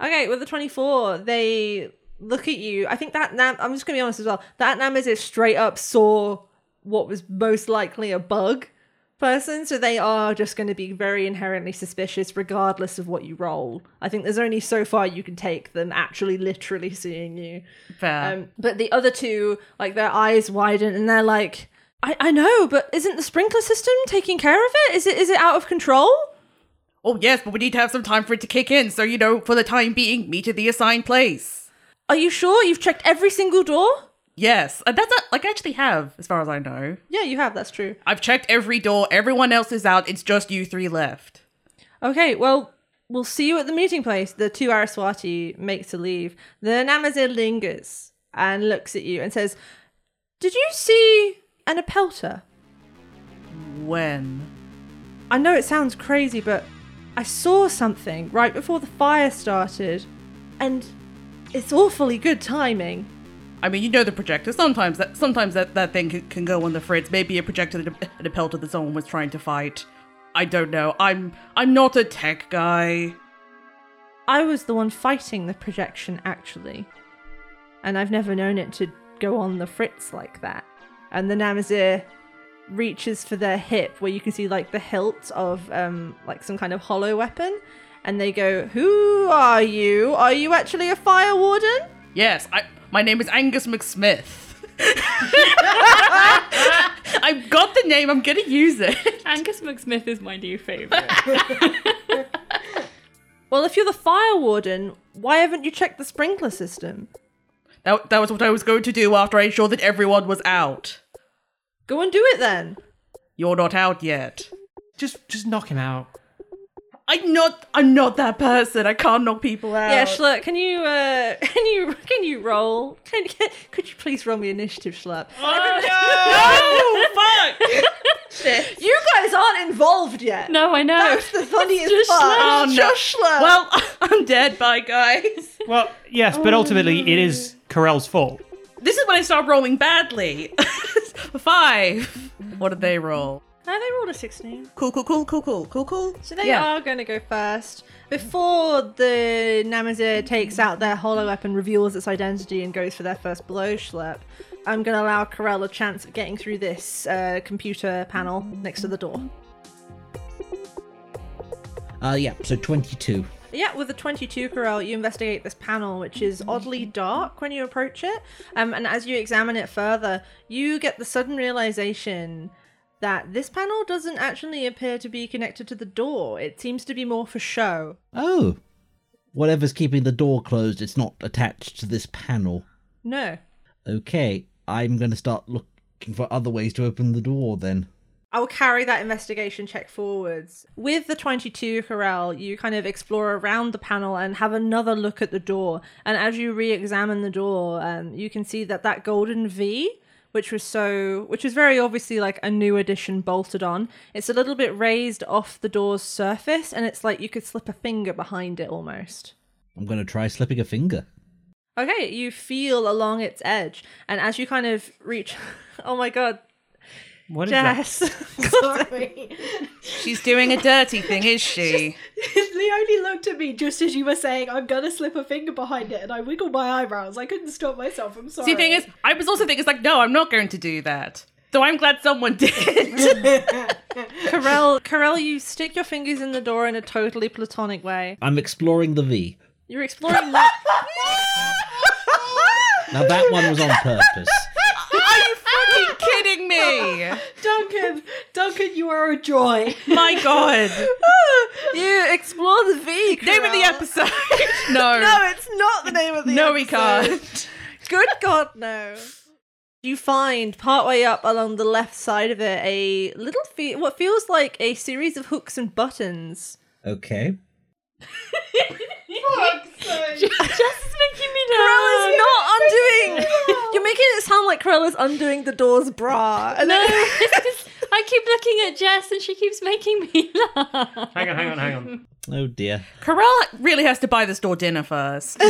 A: Okay, with the 24, they look at you. I think that Nam, I'm just going to be honest as well, that Namazir straight up saw what was most likely a bug person, so they are just going to be very inherently suspicious regardless of what you roll. I think there's only so far you can take them actually literally seeing you.
F: Fair.
A: Um, but the other two, like their eyes widen and they're like, I, I know, but isn't the sprinkler system taking care of it? Is it is it out of control?
F: oh yes, but we need to have some time for it to kick in. So you know, for the time being, meet at the assigned place.
A: Are you sure you've checked every single door?
F: Yes, and that's a, like I actually have, as far as I know.
A: Yeah, you have. That's true.
F: I've checked every door. Everyone else is out. It's just you three left.
A: Okay, well, we'll see you at the meeting place. The two Araswati makes a leave. The Namazir lingers and looks at you and says, "Did you see an Apelta?"
F: When?
A: I know it sounds crazy, but I saw something right before the fire started, and it's awfully good timing.
F: I mean, you know the projector. Sometimes that sometimes that, that thing can, can go on the fritz. Maybe a projector that an pelter that someone was trying to fight. I don't know. I'm I'm not a tech guy.
A: I was the one fighting the projection, actually. And I've never known it to go on the fritz like that. And the Namazir reaches for their hip, where you can see like the hilt of um, like some kind of hollow weapon. And they go, Who are you? Are you actually a fire warden?
F: Yes, I my name is Angus McSmith. I've got the name. I'm gonna use it.
E: Angus McSmith is my new favorite.
A: Well, if you're the fire warden, why haven't you checked the sprinkler system?
F: That that was what I was going to do after I ensured that everyone was out.
A: Go and do it then.
F: You're not out yet.
D: Just just knock him out.
F: I I'm not. I'm not that person. I can't knock people out.
A: Yeah, Schlup, can you uh, can you can you roll? Can, can, could you please roll me initiative, Schlup?
F: Oh, fuck.
A: You guys aren't involved yet.
E: No, I know.
A: That's the funniest
E: just
A: part.
F: Schlup.
A: It's
F: Oh, no.
A: just Schlup.
F: well, I'm dead. Bye, guys.
D: Well, yes, but ultimately it is Corell's fault.
F: This is when I start rolling badly. Five. What did they roll?
A: no, they rolled a sixteen,
F: Cool, cool, cool, cool, cool, cool, cool.
A: so they
F: Yeah.
A: are going to go first. Before the Namazir takes out their hollow weapon, reveals its identity, and goes for their first blow, Schlup. I'm going to allow Corell a chance of getting through this uh, computer panel next to the door.
B: Uh, yeah, so 22.
A: Yeah, with a 22 Corel, you investigate this panel, which is oddly dark when you approach it. Um, and as you examine it further, you get the sudden realization that this panel doesn't actually appear to be connected to the door. It seems to be more for show.
B: Oh. Whatever's keeping the door closed, it's not attached to this panel.
A: No.
B: Okay, I'm going to start looking for other ways to open the door then.
A: I will carry that investigation check forwards. With the 22 Corel, you kind of explore around the panel and have another look at the door. And as you re examine the door, um, you can see that that golden V, which was so, which was very obviously like a new addition bolted on, it's a little bit raised off the door's surface and it's like you could slip a finger behind it almost.
B: I'm going to try slipping a finger.
A: Okay, you feel along its edge. And as you kind of reach, oh my god,
D: What is that?
A: Jess.
H: Sorry.
F: She's doing a dirty thing, is she?
H: Leonie looked at me just as you were saying, I'm gonna slip a finger behind it, and I wiggled my eyebrows. I couldn't stop myself. I'm sorry.
F: See, thing is, I was also thinking, it's like, no, I'm not going to do that. So I'm glad someone did.
A: Corel, Corel, you stick your fingers in the door in a totally platonic way.
B: I'm exploring the V.
A: You're exploring that.
B: Now that one was on purpose.
F: Are you fucking kidding me?
H: Duncan, Duncan, you are a joy.
F: My God.
A: you explore the V. Corel.
F: Name of the episode. No.
A: No, it's not the name of the episode.
F: No, we can't.
A: Good God, no. You find partway up along the left side of it a little fe- what feels like a series of hooks and buttons.
B: Okay.
E: Jess is making me
A: Corel is
E: nervous.
A: not undoing. You're making it sound like Corel is undoing the door's bra. And
E: No,
A: then-
E: it's 'cause I keep looking at Jess and she keeps making me laugh.
D: Hang on, hang on, hang on.
B: Oh dear.
F: Corell really has to buy this door dinner first.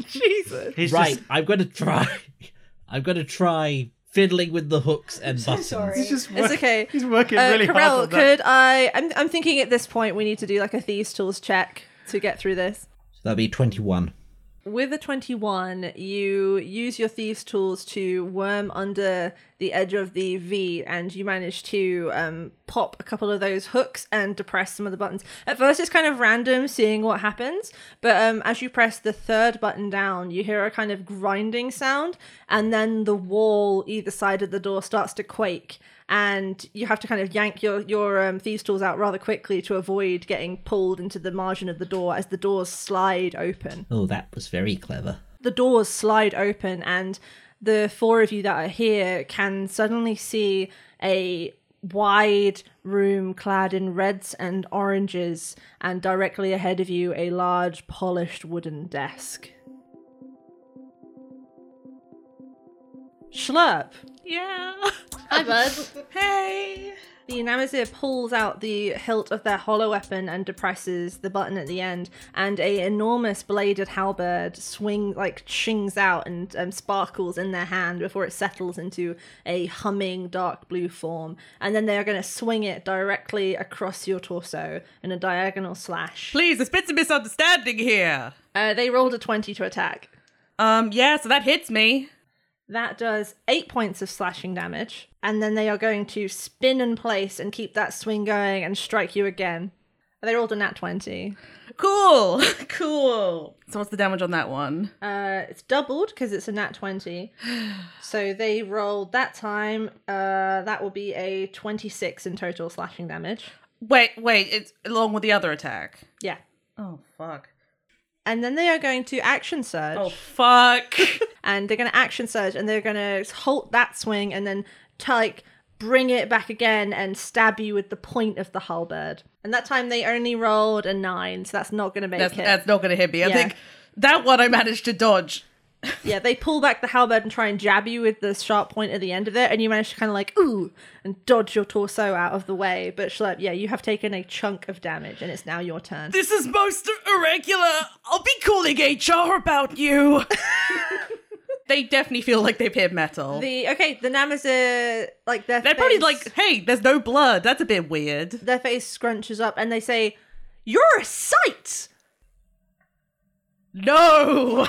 A: Jesus.
D: He's
B: right,
D: just
B: I'm going to try. I'm going to try fiddling with the hooks and buttons.
H: sorry.
D: he's just
A: It's
D: work-
A: okay.
D: He's working
A: Uh,
D: really
A: Corell,
D: hard. on that.
A: could I? I'm, I'm thinking at this point we need to do like a thieves' tools check to get through this.
B: So that'll be 21.
A: With a 21, you use your thieves' tools to worm under the edge of the V, and you manage to um, pop a couple of those hooks and depress some of the buttons. At first, it's kind of random seeing what happens, but um, as you press the third button down, you hear a kind of grinding sound, and then the wall either side of the door starts to quake, and you have to kind of yank your your um, thieves' tools out rather quickly to avoid getting pulled into the margin of the door as the doors slide open
B: Oh, that was very clever.
A: the doors slide open and the four of you that are here can suddenly see a wide room clad in reds and oranges and directly ahead of you a large polished wooden desk schlurp
F: yeah.
E: Hi, bud.
F: Hey.
A: the Namazir pulls out the hilt of their hollow weapon and depresses the button at the end, and a enormous bladed halberd swing like shings out and um, sparkles in their hand before it settles into a humming dark blue form, and then they are going to swing it directly across your torso in a diagonal slash.
F: Please, there's bits of misunderstanding here.
A: Uh, they rolled a twenty to attack.
F: Um, yeah, so that hits me.
A: That does eight points of slashing damage, and then they are going to spin and place and keep that swing going and strike you again. They rolled a nat 20.
F: Cool. Cool. So what's the damage on that one?
A: Uh, it's doubled because it's a nat 20. so they rolled that time. Uh, that will be a 26 in total slashing damage.
F: Wait, wait, it's along with the other attack.
A: Yeah.
F: Oh fuck.
A: And then they are going to action surge.
F: Oh fuck.
A: And they're going to action surge and they're going to halt that swing and then, t- like, bring it back again and stab you with the point of the halberd. And that time they only rolled a nine, so that's not going to make
F: That's,
A: it.
F: that's not going to hit me. I
A: Yeah.
F: think that one I managed to dodge.
A: Yeah, they pull back the halberd and try and jab you with the sharp point at the end of it, and you manage to kind of like ooh and dodge your torso out of the way. But Schlepp, yeah, you have taken a chunk of damage, and it's now your turn.
F: This is most irregular. I'll be calling HR about you. they definitely feel like they've hit metal.
A: The okay, the Namazir like their
F: They're probably
A: face-
F: like, hey, there's no blood. That's a bit weird.
A: their face scrunches up, and they say, "You're a sight."
F: No.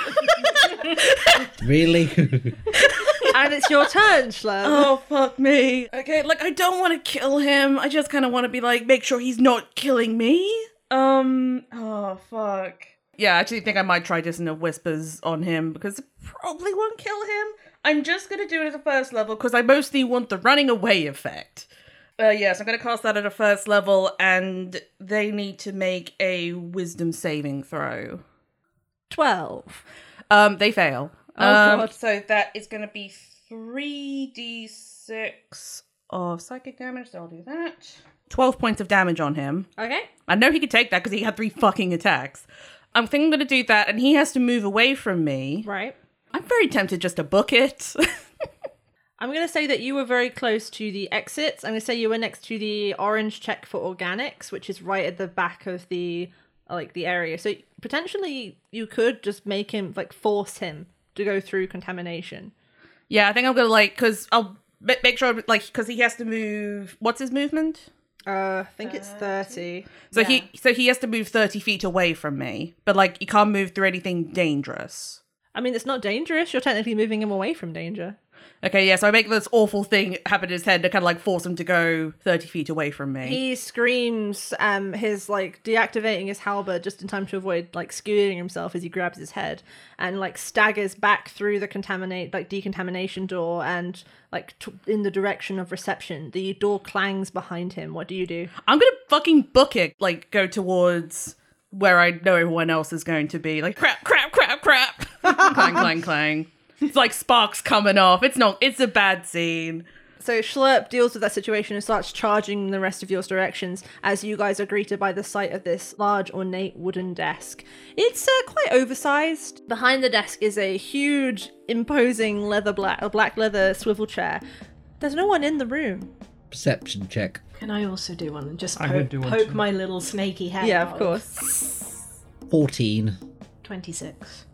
B: Really?
A: and it's your turn, Schlepp.
F: oh, fuck me. Okay, like, I don't want to kill him. I just kind of want to be like, make sure he's not killing me. Um, oh, fuck. Yeah, I actually think I might try just in a whispers on him because it probably won't kill him. I'm just going to do it at the first level because I mostly want the running away effect. Uh, yes, I'm going to cast that at a first level, and they need to make a wisdom saving throw.
A: Twelve.
F: Um, they fail.
A: Oh,
F: um,
A: God.
F: So that is going to be three d six of psychic damage. So I'll do that. Twelve points of damage on him.
A: Okay.
F: I know he could take that because he had three fucking attacks. I'm thinking I'm going to do that, and he has to move away from me.
A: Right.
F: I'm very tempted just to book it.
A: I'm going to say that you were very close to the exits. I'm going to say you were next to the orange check for organics, which is right at the back of the like the area. So potentially you could just make him like force him to go through contamination.
F: yeah, I think I'm going to like because I'll ma- make sure like because he has to move. What's his movement?
A: Uh, I think it's 30.
F: So he so he has to move thirty feet away from me, but like he can't move through anything dangerous.
A: I mean, it's not dangerous. You're technically moving him away from danger.
F: Okay, yeah, so I make this awful thing happen in his head to kind of like force him to go 30 feet away from me.
A: He screams um his like deactivating his halberd just in time to avoid like skewing himself as he grabs his head and like staggers back through the contaminate like decontamination door and like t- in the direction of reception. The door clangs behind him. What do you do?
F: I'm gonna fucking book it, like go towards where I know everyone else is going to be. Like crap, crap, crap, crap. clang, clang, clang. It's like sparks coming off. It's not, it's a bad scene.
A: So Schlurp deals with that situation and starts charging in the rest of your directions as you guys are greeted by the sight of this large, ornate wooden desk. It's uh, quite oversized. Behind the desk is a huge, imposing leather black, a black leather swivel chair. There's no one in the room.
B: Perception check.
H: Can I also do one and just
D: I
H: poke,
D: would do one
H: poke
D: too.
H: my little snaky head?
A: yeah,
H: out?
A: of course.
B: 14.
H: 26.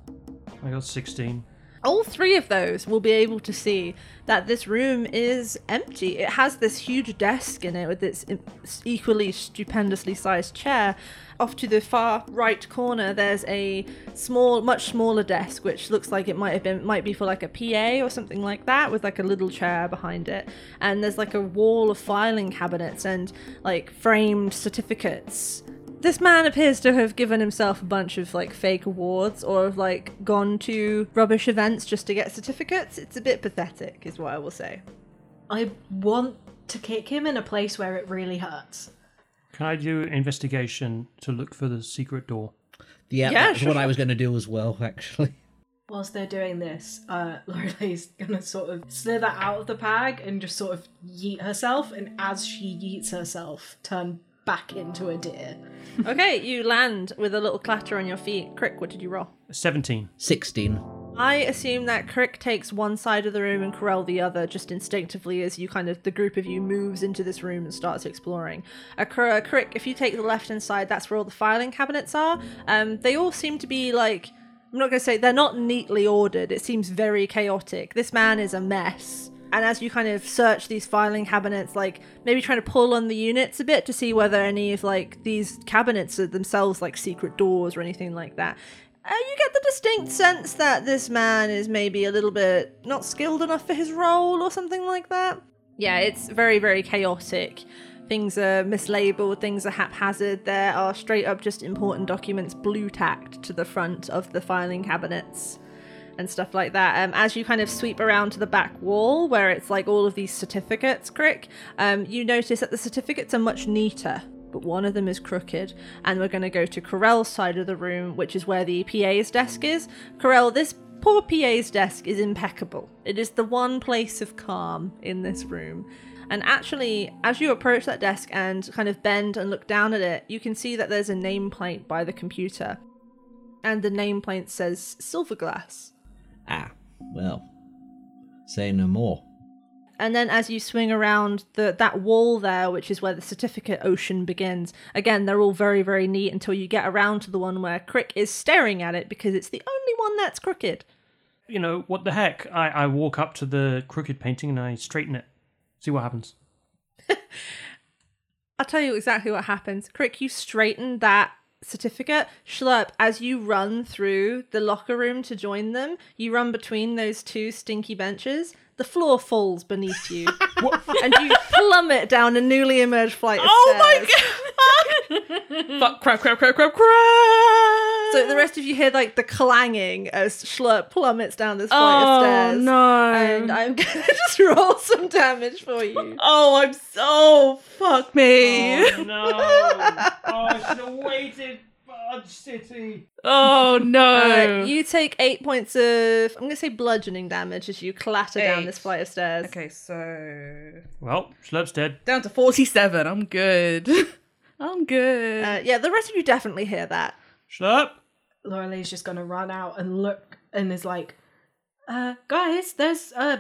D: I got 16.
A: All three of those will be able to see that this room is empty. It has this huge desk in it with its im- equally stupendously sized chair. Off to the far right corner, there's a small, much smaller desk, which looks like it might have been might be for like a PA or something like that, with like a little chair behind it. And there's like a wall of filing cabinets and like framed certificates this man appears to have given himself a bunch of like fake awards or have like gone to rubbish events just to get certificates. It's a bit pathetic, is what I will say.
H: I want to kick him in a place where it really hurts.
D: Can I do investigation to look for the secret door?
B: Yeah,
A: Yeah,
B: that's
A: sure,
B: what I was going to do as well, actually.
H: Whilst they're doing this, uh, Lorelai's gonna sort of slither out of the bag and just sort of yeet herself, and as she yeets herself, turn back into a deer.
A: okay, you land with a little clatter on your feet. Crick, what did you roll?
D: 17.
B: 16.
A: I assume that Crick takes one side of the room and Corell the other, just instinctively as you kind of the group of you moves into this room and starts exploring. Uh, Cor- uh, Crick, if you take the left hand side, that's where all the filing cabinets are. Um, they all seem to be like I'm not going to say they're not neatly ordered. It seems very chaotic. This man is a mess. And as you kind of search these filing cabinets, like maybe trying to pull on the units a bit to see whether any of like these cabinets are themselves like secret doors or anything like that, uh, you get the distinct sense that this man is maybe a little bit not skilled enough for his role or something like that. Yeah, it's very, very chaotic. Things are mislabeled, things are haphazard. There are straight up just important documents blue tacked to the front of the filing cabinets and stuff like that. Um, as you kind of sweep around to the back wall where it's like all of these certificates, Crick, um, you notice that the certificates are much neater, but one of them is crooked. And we're going to go to Corell's side of the room, which is where the PA's desk is. Corell, this poor PA's desk is impeccable. It is the one place of calm in this room. And actually, as you approach that desk and kind of bend and look down at it, you can see that there's a nameplate by the computer. And the nameplate says Silverglass.
B: Ah, well, say no more.
A: And then as you swing around the that wall there, which is where the certificate ocean begins, again they're all very, very neat until you get around to the one where Crick is staring at it because it's the only one that's crooked.
D: You know, what the heck? I, I walk up to the crooked painting and I straighten it. See what happens.
A: I'll tell you exactly what happens. Crick, you straighten that certificate. Schlurp, as you run through the locker room to join them, you run between those two stinky benches. The floor falls beneath you, and you plummet down a newly emerged flight of
F: Oh
A: stairs.
F: my god! Fuck, crap, crap, crap, crap, crap!
A: So the rest of you hear like the clanging as Schlurp plummets down this flight
F: oh,
A: of stairs.
F: no.
A: And I'm gonna just roll some damage for you.
F: oh, I'm so. Fuck me.
D: Oh, no. Oh, I should have waited. Fudge City.
F: Oh, no.
A: Uh, you take eight points of I'm gonna say bludgeoning damage as you clatter down
F: Eight.
A: this flight of stairs.
F: okay, so.
D: Well, Schlurp's dead.
F: Down to 47. I'm good. I'm good.
A: Uh, yeah, the rest of you definitely hear that.
D: Schlurp!
C: Lorelai's just gonna run out and look and is like, uh, guys, there's uh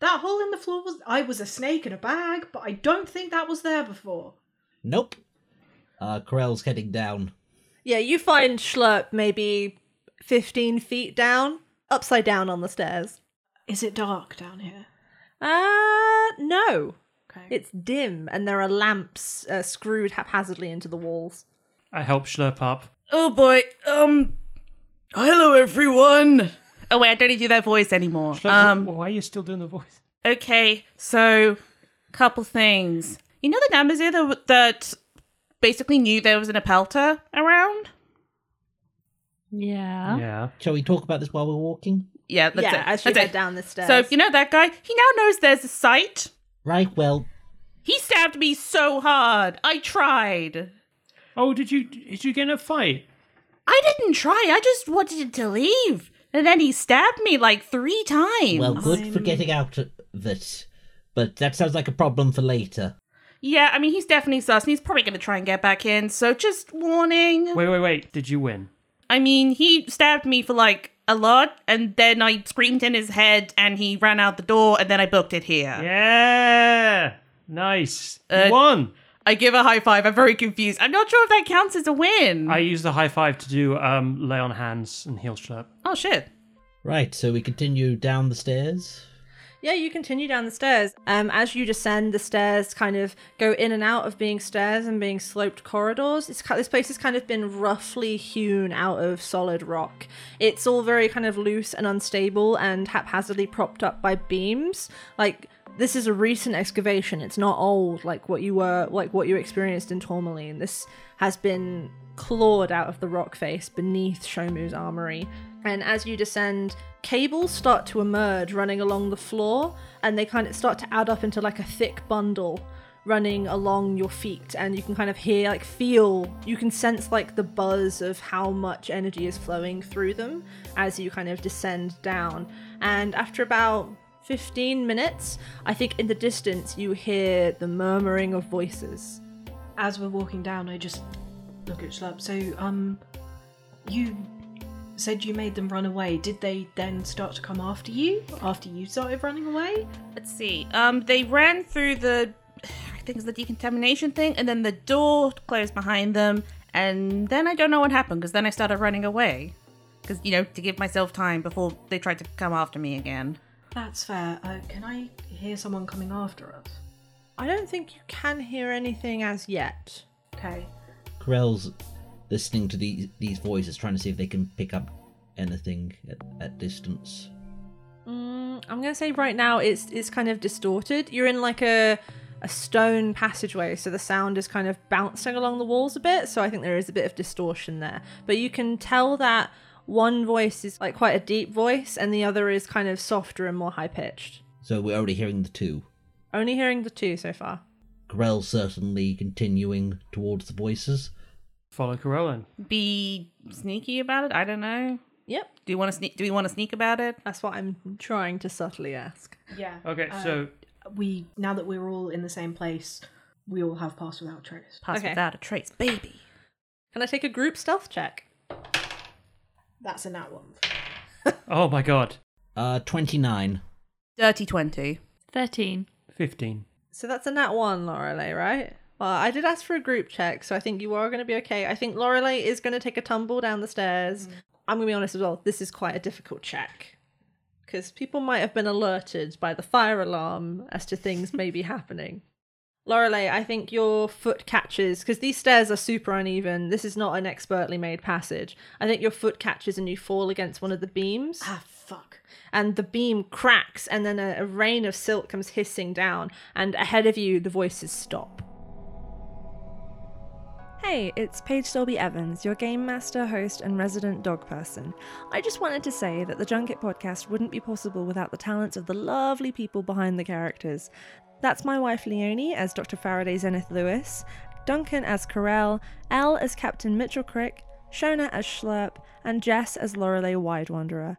C: that hole in the floor was I was a snake in a bag, but I don't think that was there before.
B: Nope. Uh, Corell's heading down.
A: Yeah, you find Schlurp maybe 15 feet down, upside down on the stairs.
C: Is it dark down here?
A: Uh, no.
C: Okay.
A: It's dim, and there are lamps uh, screwed haphazardly into the walls.
D: I help Schlurp up.
F: Oh boy. Um. Hello, everyone. Oh wait, I don't need to do that voice anymore.
D: Schlurp,
F: Um.
D: why are you still doing the voice?
F: Okay. So, couple things. You know the Namazu that, that basically knew there was an Apelta around.
E: Yeah.
D: Yeah.
B: Shall we talk about this while we're walking?
F: Yeah. That's
A: yeah,
F: it.
A: as you
F: that's
A: head
F: it.
A: down the stairs.
F: So you know that guy. He now knows there's a site.
B: Right, well,
F: He stabbed me so hard. I tried.
D: Oh, did you did you get in a fight?
F: I didn't try. I just wanted to leave. And then he stabbed me like three times.
B: well, good for getting out of it. But that sounds like a problem for later.
F: Yeah, I mean, he's definitely sus, and he's probably going to try and get back in. So just warning.
D: Wait, wait, wait. Did you win?
F: I mean, he stabbed me for like a lot, and then I screamed in his head, and he ran out the door, and then I booked it here.
D: Yeah. Nice. You
F: Uh,
D: won.
F: I give a high five. I'm very confused. I'm not sure if that counts as a win.
D: I use the high five to do um, lay on hands and heal Schlurp.
F: oh shit.
B: Right, so we continue down the stairs.
A: Yeah, you continue down the stairs. Um, as you descend, the stairs kind of go in and out of being stairs and being sloped corridors. It's ki- this place has kind of been roughly hewn out of solid rock. It's all very kind of loose and unstable and haphazardly propped up by beams. Like this is a recent excavation. It's not old like what you were like what you experienced in Tourmaline. This has been clawed out of the rock face beneath Shomu's armory. And as you descend, cables start to emerge running along the floor, and they kind of start to add up into like a thick bundle running along your feet. And you can kind of hear, like, feel, you can sense like the buzz of how much energy is flowing through them as you kind of descend down. And after about 15 minutes, I think in the distance you hear the murmuring of voices.
C: As we're walking down, I just look at Schlurp. So, um, you said you made them run away. Did they then start to come after you? After you started running away?
F: Let's see. Um, they ran through the, I think it's the decontamination thing, and then the door closed behind them, and then I don't know what happened because then I started running away, because you know to give myself time before they tried to come after me again.
C: That's fair. Uh, can I hear someone coming after us?
A: I don't think you can hear anything as yet.
C: Okay.
B: Corell's listening to these these voices, trying to see if they can pick up anything at, at distance.
A: Mm, I'm gonna say right now it's it's kind of distorted. You're in like a a stone passageway, so the sound is kind of bouncing along the walls a bit. So I think there is a bit of distortion there, but you can tell that one voice is like quite a deep voice, and the other is kind of softer and more high pitched.
B: So we're already hearing the two.
A: Only hearing the two so far.
B: Corell certainly continuing towards the voices.
D: Follow Corellin.
F: Be sneaky about it. I don't know.
A: Yep,
F: Do you want to sneak? Do we want to sneak about it?
A: that's what I'm trying to subtly ask.
F: Uh,
C: Yeah. Uh,
D: Okay, so
C: we now that we're all in the same place, we all have pass without trace.
F: Pass
I: Okay.
F: without a trace, baby.
I: Can I take a group stealth check?
C: That's a nat one.
D: Oh my god.
B: Uh, 29.
F: Dirty 20.
E: 13.
D: 15.
I: So that's a nat one, Lorelei, right? Well, I did ask for a group check, so I think you are going to be okay. I think Lorelei is going to take a tumble down the stairs. I'm going to be honest as well. This is quite a difficult check because people might have been alerted by the fire alarm as to things maybe happening. Lorelei, I think your foot catches because these stairs are super uneven. This is not an expertly made passage. I think your foot catches and you fall against one of the beams
C: Ah, fuck.
I: and the beam cracks and then a, a rain of silk comes hissing down and ahead of you the voices stop
A: Hey, it's Paige Dolby Evans, your game master, host, and resident dog person. I just wanted to say that the Junket podcast wouldn't be possible without the talents of the lovely people behind the characters. That's my wife Leonie as Dr. Faraday Zenith Lewis, Duncan as Corell, Elle as Captain Mitchell Crick, Shona as Schlurp, and Jess as Lorelei Wide Wanderer.